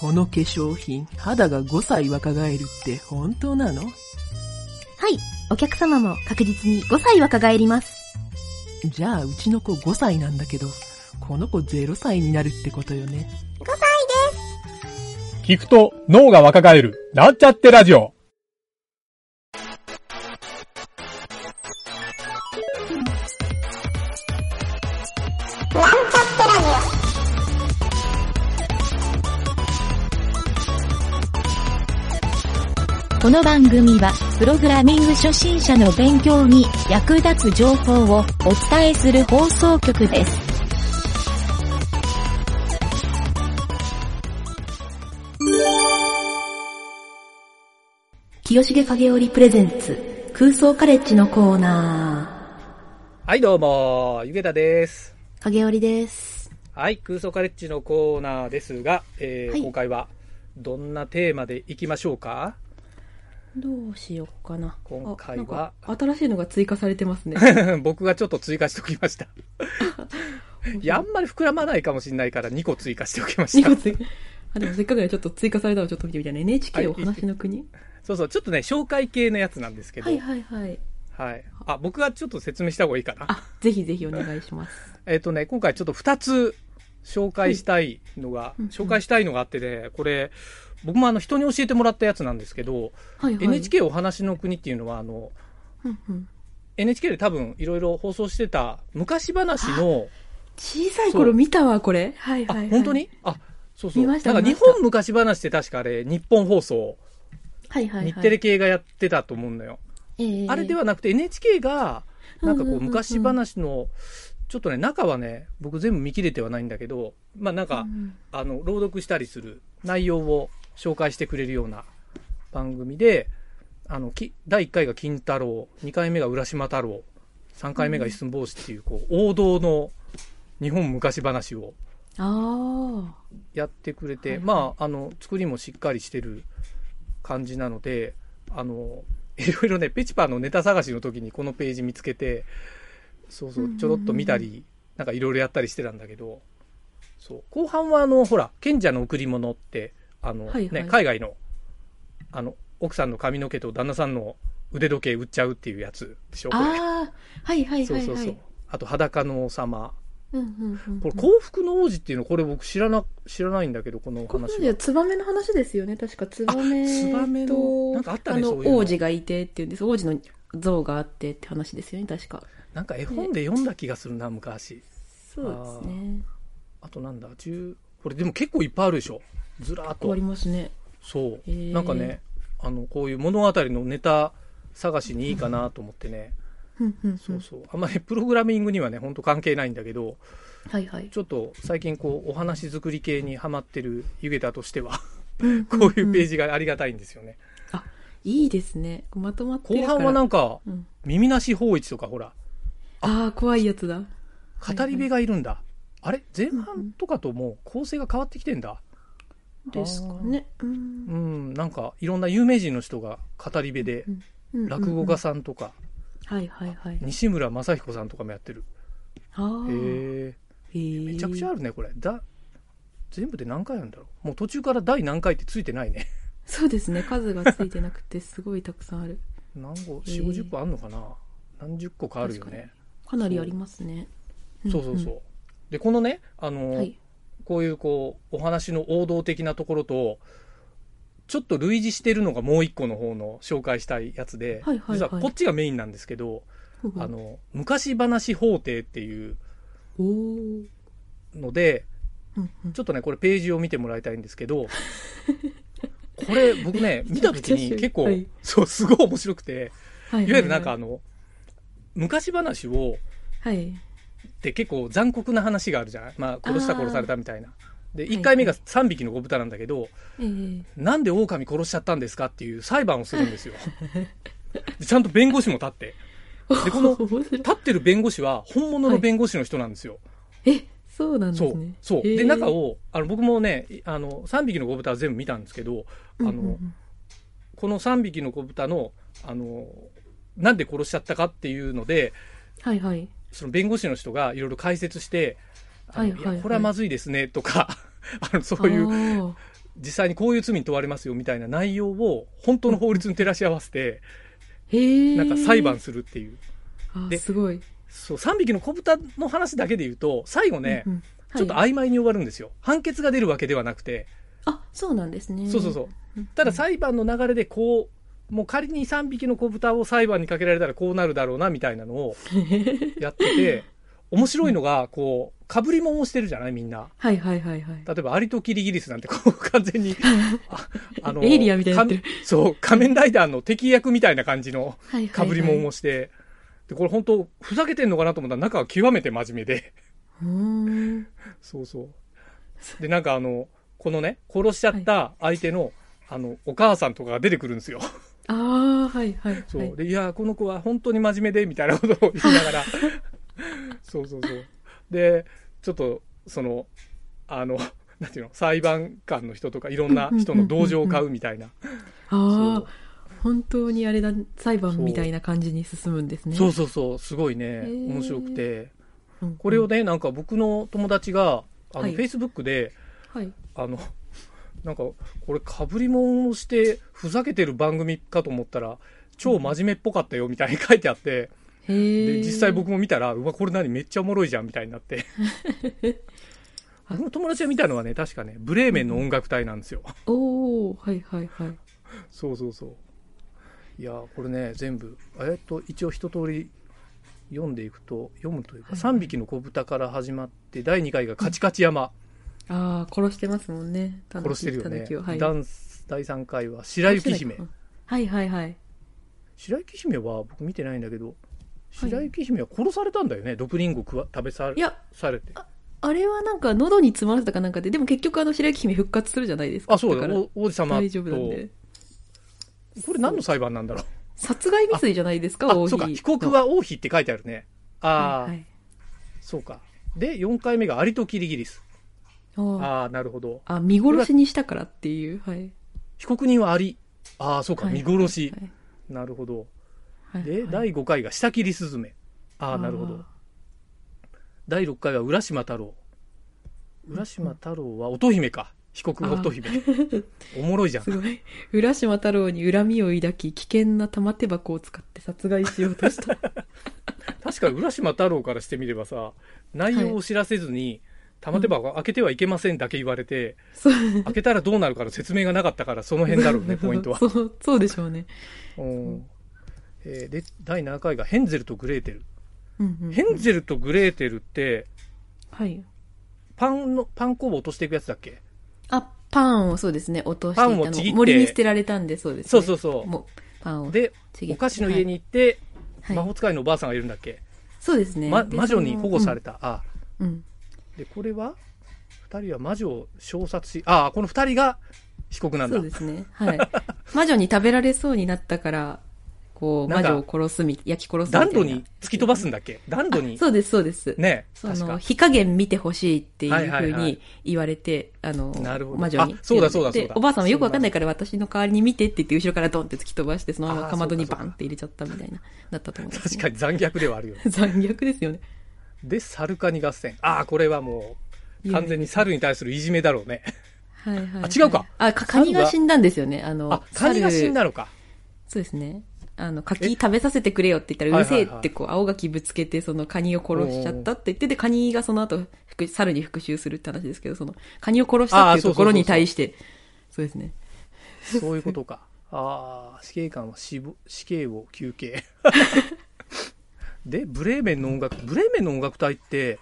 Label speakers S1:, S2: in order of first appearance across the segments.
S1: この化粧品、肌が5歳若返るって本当なの
S2: はい、お客様も確実に5歳若返ります。
S1: じゃあ、うちの子5歳なんだけど、この子0歳になるってことよね。
S3: 聞くと脳が若返る、なっちゃってラジオ。
S4: この番組は、プログラミング初心者の勉強に役立つ情報をお伝えする放送局です。
S2: 清重影織プレゼンツ、空想カレッジのコーナ
S5: はい、どうも、ゆげたです。
S2: ー。影織です。
S5: はい、空想カレッジのコーナーですが、えー
S2: はい
S5: 今回はどんなテーマでいきましょうか
S6: どうしようかな。
S5: 今回
S6: あなん
S5: は
S6: か新しいのが追加されて ますね。
S5: 僕がちょっと追加しておき ました。いや、あんまり膨らまないかもしれないから2個追加しておきまし
S6: 2
S5: た
S6: 個。追加。あ、でもせっかくでちょっと追加されたのちょっと見てみたいね。NHK お話の国
S5: そうそう、ちょっとね、紹介系のやつなんですけど、
S6: は
S5: はいい、
S6: はいはい。
S5: あ、僕がちょっと説明した方がいいかな。
S6: あ、ぜひぜひお願いします。
S5: えっ、とね、今回ちょっと2つ紹介したいのが、
S6: いうんうん
S5: 紹介したいのがあってね、これ、僕もあの人に教えてもらったやつなんですけど、
S6: はいはい。
S5: NHK お話の国っていうのは、あの、
S6: うんうん。
S5: NHK で多分いろいろ放送してた昔話の、
S6: 小さい頃見たわ、これ。はい
S5: あ
S6: はい、はい。
S5: 本当にあ、そうそう。
S6: 見
S5: な
S6: ま
S5: ん
S6: した
S5: か
S6: 見
S5: 日
S6: ました
S5: 本昔話って確かあれ、日本放送、
S6: はいはいはい。
S5: 日テレ系がやってたと思うんだよ。
S6: えー
S5: あれではなくて NHK が、なんかこ
S6: うんうんうん
S5: う
S6: うん
S5: 昔話の、ちょっとね、中はね、僕全部見切れてはないんだけど、まあなんか、
S6: うん
S5: あの、朗読したりする内容を紹介してくれるような番組で、あの、き第1回が金太郎、2回目が浦島太郎、3回目が一寸法師っていう、こう、王道の日本昔話を
S6: あ
S5: やってくれて、
S6: はいはい
S5: まあ、あの、作りもしっかりしてる感じなので、あの、 いろいろね、ペチパーのネタ探しの時にこのページ見つけて、そうそう
S6: うんうんう、ん
S5: ちょろっと見たり、なんかいろいろやったりしてたんだけど、そう、後半はあの、ほら、賢者の贈り物って、あの、
S6: はいはい
S5: ね、海外の、あの、奥さんの髪の毛と旦那さんの腕時計売っちゃうっていうやつでしょ、
S6: あ。
S5: これ。
S6: ああ。はいはいはいはい。
S5: そうそうそう。あと、裸の王様。
S6: うんうんうんうん。
S5: これ、幸福の王子っていうの、これ僕知らな、知らないんだけど、このお
S6: この
S5: 話
S6: で
S5: は
S6: は。ツバメの話ですよね。確かツバメ
S5: あツバメの
S6: と、
S5: なんかあったね
S6: の
S5: そういうの
S6: 王子がいてっていうんです。王子の像があってって話ですよね、確か。
S5: なんか絵本で読んだ気がするな、昔。
S6: そうですね。
S5: あとなんだ、10、これでも結構いっぱいあるでしょ。ずらーっ
S6: 終わ
S5: と
S6: り。ますね。
S5: そう。
S6: へー
S5: なんかね、あの、こういう物語のネタ探しにいいかなと思ってね。
S6: うんうんうん
S5: そうそう。あんまりプログラミングにはね、ほんと関係ないんだけど、
S6: はいはい。
S5: ちょっと最近こう、お話作り系にハマってる湯桁としては、こういうペー
S6: ジ。
S5: ジがありがたいんですよね。
S6: いいですね。まとまって
S5: 後
S6: るから。
S5: 半はなんんか、
S6: うん、
S5: 耳なし芳一とかほら、
S6: ああ、怖いやつだ。
S5: 語り部がいるんだ。あれ前半とかともう構成が変わってきてんだ。
S6: ですかね。うん
S5: うん、なんかいろんな有名人の人が語り部で、
S6: うん
S5: 落語家さんとか、
S6: はいはいはい。
S5: 西村雅彦さんとかもやってる。
S6: ああ。
S5: へえ。め
S6: め
S5: ちゃくちゃあ
S6: る。
S5: るね、これ。だ、全部で何回あるんだろう。もう途中から第何回ってついてないね。
S6: そうですね。数がついてなくて、すごいたくさんある。
S5: 何個、
S6: へえ
S5: 四五十個あんのかな何十個かあるよね。
S6: かなりありますね。
S5: そうそうそう。で、このね、あの、
S6: んはい。
S5: こういうこう、お話の王道的なところと、ちょっと類似してるのがもう一個の方の紹介したいやつで、
S6: はいはいはい
S5: 実はこっちがメインなんですけど、
S6: ほうほう
S5: あの、昔話法廷っていう
S6: おー
S5: ので、
S6: うんうん
S5: ちょっとね、これページを見てもらいたいんです けど、これ僕ね、見た時に結構、
S6: はい
S5: そう、すごい面白くて、
S6: はい
S5: いわゆるなんかあの、昔話を、
S6: はい。
S5: って結構残酷な話があるじゃないまあ、殺した
S6: あー
S5: 殺されたみたいな。で、
S6: はい
S5: 1回目が3匹の子豚なんだけど、
S6: ええ。
S5: なんで狼殺しちゃったんですかっていう裁判をするんです よ。でちゃんと弁護士も立って。でこの
S6: 面白い
S5: 立ってる弁護士は本物の弁護士の人なんですよ。
S6: え、そうなん
S5: そ
S6: です
S5: う
S6: ね。。
S5: そう。
S6: へ
S5: で、
S6: え
S5: 中、を、あの、僕もね、いあの、3匹の子豚は全部見たんですけど、
S6: う
S5: あ
S6: ん
S5: の、
S6: うんうん
S5: この3匹の子豚の、あの、なんで殺しちゃったかっていうので、
S6: はいはい。
S5: その弁護士の人がいろいろ解説して、あ
S6: は
S5: の
S6: いはいはい
S5: やこれはまずいですね、とか、あの、そういう
S6: う。
S5: 実際にこういう罪に問われますよみたいな内容を本当の法律に照らし合わせて、
S6: へえ。
S5: なんか裁判するっていう。
S6: あ
S5: です
S6: ごい。
S5: そう、3匹の子豚の話だけで言うと、最後ね、
S6: うんうん
S5: ちょっと
S6: はい
S5: 曖昧に終わるんですよ。判決が出るわけではなくて、
S6: あ、そうなんですね。
S5: そうそうそう。ただ裁判の流れでこう、もう仮に3匹の子豚を裁判にかけられたらこうなるだろうなみたいなのをやってて、面白いのが、こう、被り物をしてるじゃないみんな。
S6: はいはいはいはい。
S5: 例えば、アリとキリギリスなんて、 こう、完全に、ああ
S6: エイリアンみたいになってる
S5: 仮面そう、仮面ライダーの敵役みたいな感じの
S6: はいは
S5: 被
S6: いはい
S5: り物をして、で、これ本当、ふざけてんのかなと思ったら、中は極めて真面目で、
S6: うーん。
S5: そうそう。で、なんかあの、このね、殺しちゃった相手の、あの、お母さんとかが出てくるんですよ。
S6: ああ、はいはいはい。
S5: そう。で、いやー、この子は本当に真面目で、みたいなことを言いな がら。そうそうそう。で、ちょっと、その、あの、なんていうの、裁判官の人とか、いろんな人の同情を買うみたいな。
S6: あ
S5: そう
S6: あ、本当にあれだ、裁判みたいな感じに進むんですね。
S5: そうそうそう、すごいね、
S6: ー
S5: 面白くて。
S6: うんうん
S5: これをね、なんか僕の友達が、あの、
S6: はい
S5: Facebook で、
S6: はい。
S5: あの、なんか、これ、かぶり物をして、ふざけてる番組かと思ったら、超真面目っぽかったよ、みたいに書いてあって、
S6: へえ。
S5: で実際僕も見たら、うわ、これ何めっちゃおもろいじゃんみたいに なって。僕の友達が見たのはね、確かね、ブレーメンの音楽隊なんですよ。
S6: おおはいはいはい。
S5: そうそうそう。いやー、これね、全部、えっと、一応一通り読んでいくと、読むというか、3匹の子豚から始まって、第2回がカチカチ山、
S6: ああ、殺してますもんね。タヌキ
S5: 殺してるよ
S6: タヌキをは
S5: ね。
S6: い。
S5: ダンス第3回は白雪姫。
S6: はいはいはい。
S5: 白雪姫は僕見てないんだけど、白雪姫は殺されたんだよね、毒リンゴ食わ食べさ
S6: いや、
S5: されて。
S6: あれはなんか喉に詰まらせたかなんかで、でも結局あの白雪姫復活するじゃないですか。
S5: あ、そうだ、
S6: から
S5: お王子様
S6: 大丈夫なん
S5: と
S6: で。
S5: これ何の裁判なんだろう。
S6: 殺害未遂じゃないですか、
S5: あ、
S6: 王妃。
S5: そうか、被告は王妃って書いてあるね。
S6: あ
S5: ああ、
S6: はい。
S5: そうか。で、4回目がアリとキリギリス。
S6: あ
S5: ああ、なるほど。
S6: あ、見殺しにしたからっていう、はい。
S5: 被告人はアリ。ああ、そうか、
S6: はい
S5: 見殺し。
S6: はい
S5: なるほど。
S6: はい
S5: で、
S6: はい
S5: 第5回が下切りスズメ。ああ、なるほど。第6回は浦島太郎。浦島太郎は乙姫か。被告が乙姫。おもろいじゃん
S6: す。ごい。浦島太郎に恨みを抱き、危険な玉手箱を使って殺害しようとした。
S5: 確かに浦島太郎からしてみればさ、内容を知らせずに、玉手箱を開けてはいけませんだけ言われて、
S6: そう。
S5: 開けたらどうなるかの説明がなかったから、その辺だろうね、ポイントは。
S6: そう、そうでしょうね。
S5: うんえーで、第7回がヘンゼルとグレーテル。
S6: うんうん。
S5: ヘンゼルとグレーテルって、
S6: はい。
S5: パンの、パン工房落としていくやつだっけ
S6: あ、パンをそうですね、落としていたの
S5: パンをちぎって
S6: 森に捨てられたんで、そうです、ね。
S5: そうそうそう
S6: もう、パンを。
S5: で
S6: ち、ぎっ
S5: お菓子の家に行って、
S6: はい
S5: 魔法使いのおばあさんがいるんだっけ、
S6: そうですね。
S5: ま
S6: で
S5: 魔女に保護され
S6: た。
S5: た。あ、
S6: うんうん。
S5: で、これは二人は魔女を小殺し、あ、この二人が被告なん
S6: そ
S5: だ
S6: う。ですね。はい。魔女に食べられそうになったから、こう、
S5: なん
S6: 魔
S5: か
S6: 女を殺すみ、焼き殺すみたい
S5: 暖
S6: な。
S5: 炉に突き飛ばすんだっけ暖炉に。
S6: そうです、そうです。
S5: ね、
S6: そ
S5: 確
S6: の、
S5: か。
S6: 火加減見てほしいっていう
S5: は
S6: ふ
S5: いはいうはい
S6: に言われて、あの、
S5: なるほど
S6: 魔女に
S5: あ。そうだそうだ
S6: で
S5: そうだ
S6: おばあさんはよくわかんないから私の代わりに見てって言って、後ろからドンって突き飛ばして、そのま
S5: あ
S6: ま
S5: ー
S6: かまどに
S5: そうだ
S6: バ
S5: そうだ
S6: ンって入れちゃったみたいな、なったと思います、
S5: 確かに残虐ではあるよね。
S6: に。 残虐ですよね。
S5: で、サルカニ合戦。ああ、これはもう、完全に猿に対するいじめだろうね。
S6: はいはいはい、
S5: あ違うか
S6: あ、カニが死んだんですよね。あの、
S5: あ、カニが死んだ
S6: 猿
S5: のか。
S6: そうですね。あの、柿食べさせてくれよって言ったら、うるせえ
S5: はいはいは
S6: っ
S5: い
S6: てこう、青柿ぶつけて、そのカニを殺しちゃったって言って、で、カニがその後、復猿に復讐するって話ですけど、その、カニを殺したっていうところに対して、そうですね。
S5: そういうことか。 ああ、死刑官は死亡死刑を求刑。 で、ブレーメンの音楽、ブレーメンの音楽隊って、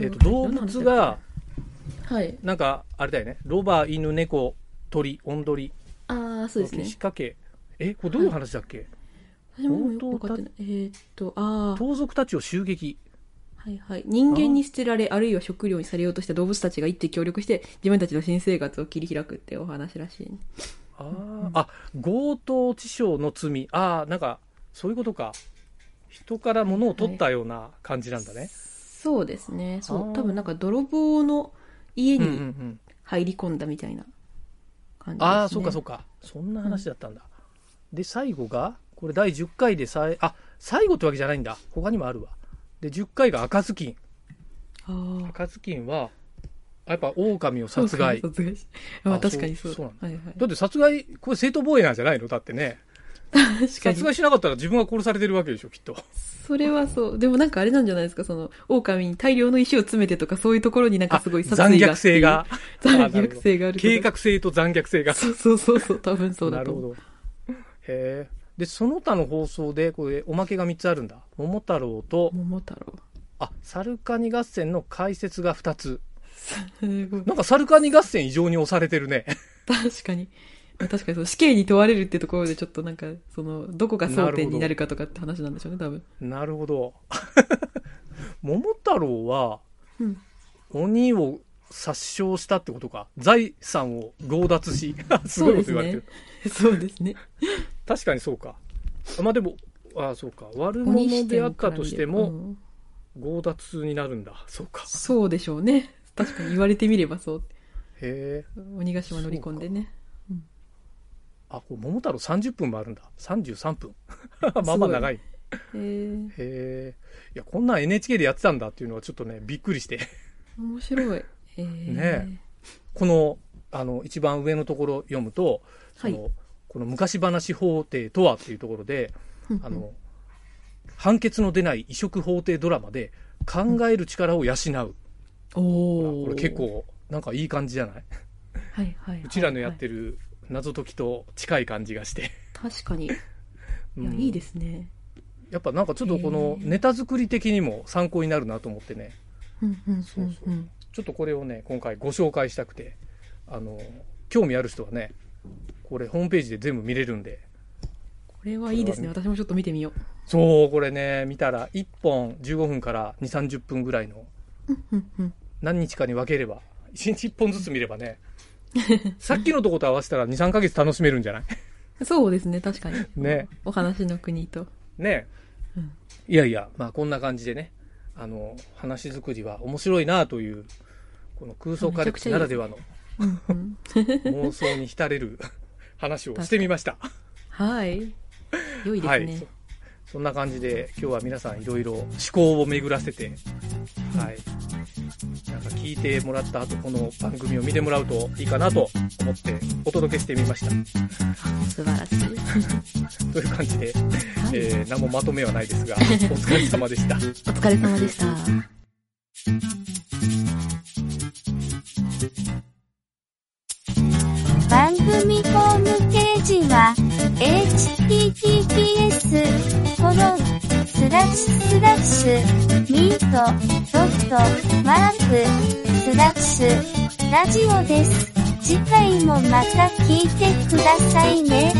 S5: えっと、動物が、
S6: はい。
S5: なんか、あれだよね、ロバ、犬、猫、鳥、オンドリ、
S6: ああ、そうですね。
S5: 仕掛け、え、これどういう話だっけ、
S6: 私もよくわかってない。えーっと、ああ、
S5: 盗賊たちを襲撃。
S6: はいはい。人間に捨てられ、あるいは食料にされようとした動物たちが一致協力して、自分たちの新生活を切り開くっていうお話らしい。
S5: あー、あ、強盗致傷の罪。ああ、なんか、そういうことか。人から物を取ったような感じなんだね。
S6: そうですね。そ
S5: あー
S6: う。多分なんか泥棒の家
S5: うんうんう
S6: に
S5: ん。
S6: 入り込んだみたいな感じです、ね。
S5: ああ、そうかそう
S6: か。
S5: か。そんな話だったんだ。で、最後が、これ第10回でさえ、あ、最後ってわけじゃないんだ。他にもあるわ。で、10回が赤ずきん。
S6: あー
S5: 赤ずきんは、やっぱ狼を殺害。
S6: 殺害し。ま
S5: あ
S6: あ確かにそう。
S5: そうそう
S6: はいはい。
S5: だって殺害、これ正当防衛なんじゃないのだってね。
S6: 確
S5: 殺
S6: かに。
S5: 害しなかったら自分が殺されてるわけでしょ、きっと。
S6: それはそう。でもなんかあれなんじゃないですか、その、狼に大量の石を詰めてとか、そういうところになんかすごい殺
S5: 残
S6: 意がっ
S5: 虐
S6: てい
S5: 性
S6: う
S5: が。。
S6: 残虐性があるとか
S5: 計。画性と残虐性が。
S6: そうそうそうそう、多分そう
S5: な
S6: だ
S5: る
S6: と
S5: ほ
S6: 思う。
S5: ど。へえ。で、その他の放送で、これ、おまけが3つあるんだ。桃太郎と、
S6: 桃太郎。
S5: あ、サルカニ合戦の解説が2つ。
S6: すごい
S5: なんかサルカニ合戦異常に押されてるね。
S6: 確かに。まあ確かにそう、死刑に問われるってところでちょっとなんか、その、どこが争点になるかとかって話なんでしょうね、多分。
S5: なるほど。 桃太郎は
S6: うん、
S5: 鬼を殺傷したってことか。財産を強奪し、 すごいこと言われてる。
S6: そうですね。
S5: 確かにそうか。あまあでも、あそうか。悪
S6: 鬼
S5: 者であったとして
S6: う
S5: も、
S6: ん
S5: 強奪になるんだ。そうか。
S6: そうでしょうね。確かに言われてみればそう。
S5: へえ。
S6: 鬼ヶ島乗り込んでね。
S5: あ、これ桃太郎30分もあるんだ。33分。まあまあ長い。へ
S6: えー、
S5: え。いや、こんなん NHK でやってたんだっていうのはちょっとね、びっくりして。
S6: 面白い。えー、
S5: ねこの、あの、一番上のところ読むと、その、この昔話法廷とはっていうところで、
S6: うんうん
S5: あの、判決の出ない移植法廷ドラマで、考える力を養う。
S6: おお。
S5: これ結。構、なんかいい感じじゃない
S6: はいはい、はい。
S5: うちらのやってる謎解きと近い感じがして。
S6: 確かに。いや、
S5: うん
S6: いいですね。
S5: やっぱなんかちょっとこの
S6: へえ
S5: ネタ作り的にも参考になるなと思ってね。
S6: うんうんうん。
S5: そうそううんちょっとこれをね、今回ご紹介したくて、あの、興味ある人はね、これホームページで全部見れるんで、
S6: これはいいですね。私もちょっと見てみよ
S5: そう、これね、見たら1本15分から2、30分ぐらいの
S6: う。うんうんうん。
S5: 何日かに分ければ、1日1本ずつ見れ ばね、さっきのとこと合わせたら2、3ヶ月楽しめるんじゃない
S6: そうですね、確かに。
S5: ね。
S6: お話の国と。
S5: ね、
S6: うん
S5: いやいや、まあこんな感じでね、あの、話作りは面白いなという、この空想カレッジならではの
S6: うんうん、
S5: 妄想に浸れる 話をしてみました。
S6: はい。良いですね。
S5: はいそ。そんな感じで今日は皆さんいろいろ思考を巡らせて、はい。なんか聞いてもらった後、この番組を見てもらうといいかなと思ってお届けしてみました。
S6: 素晴らしい。
S5: という感じ
S6: は
S5: で、
S6: い
S5: えー、何もまとめはないですが、お疲れ様でした。
S2: お疲れ様でした。
S7: 番組ホームページは、https, コロン、スラッシュスラッシュ、ミート、ドット、マーク、スラッシュ、ラジオです。次回もまた聞いてくださいね。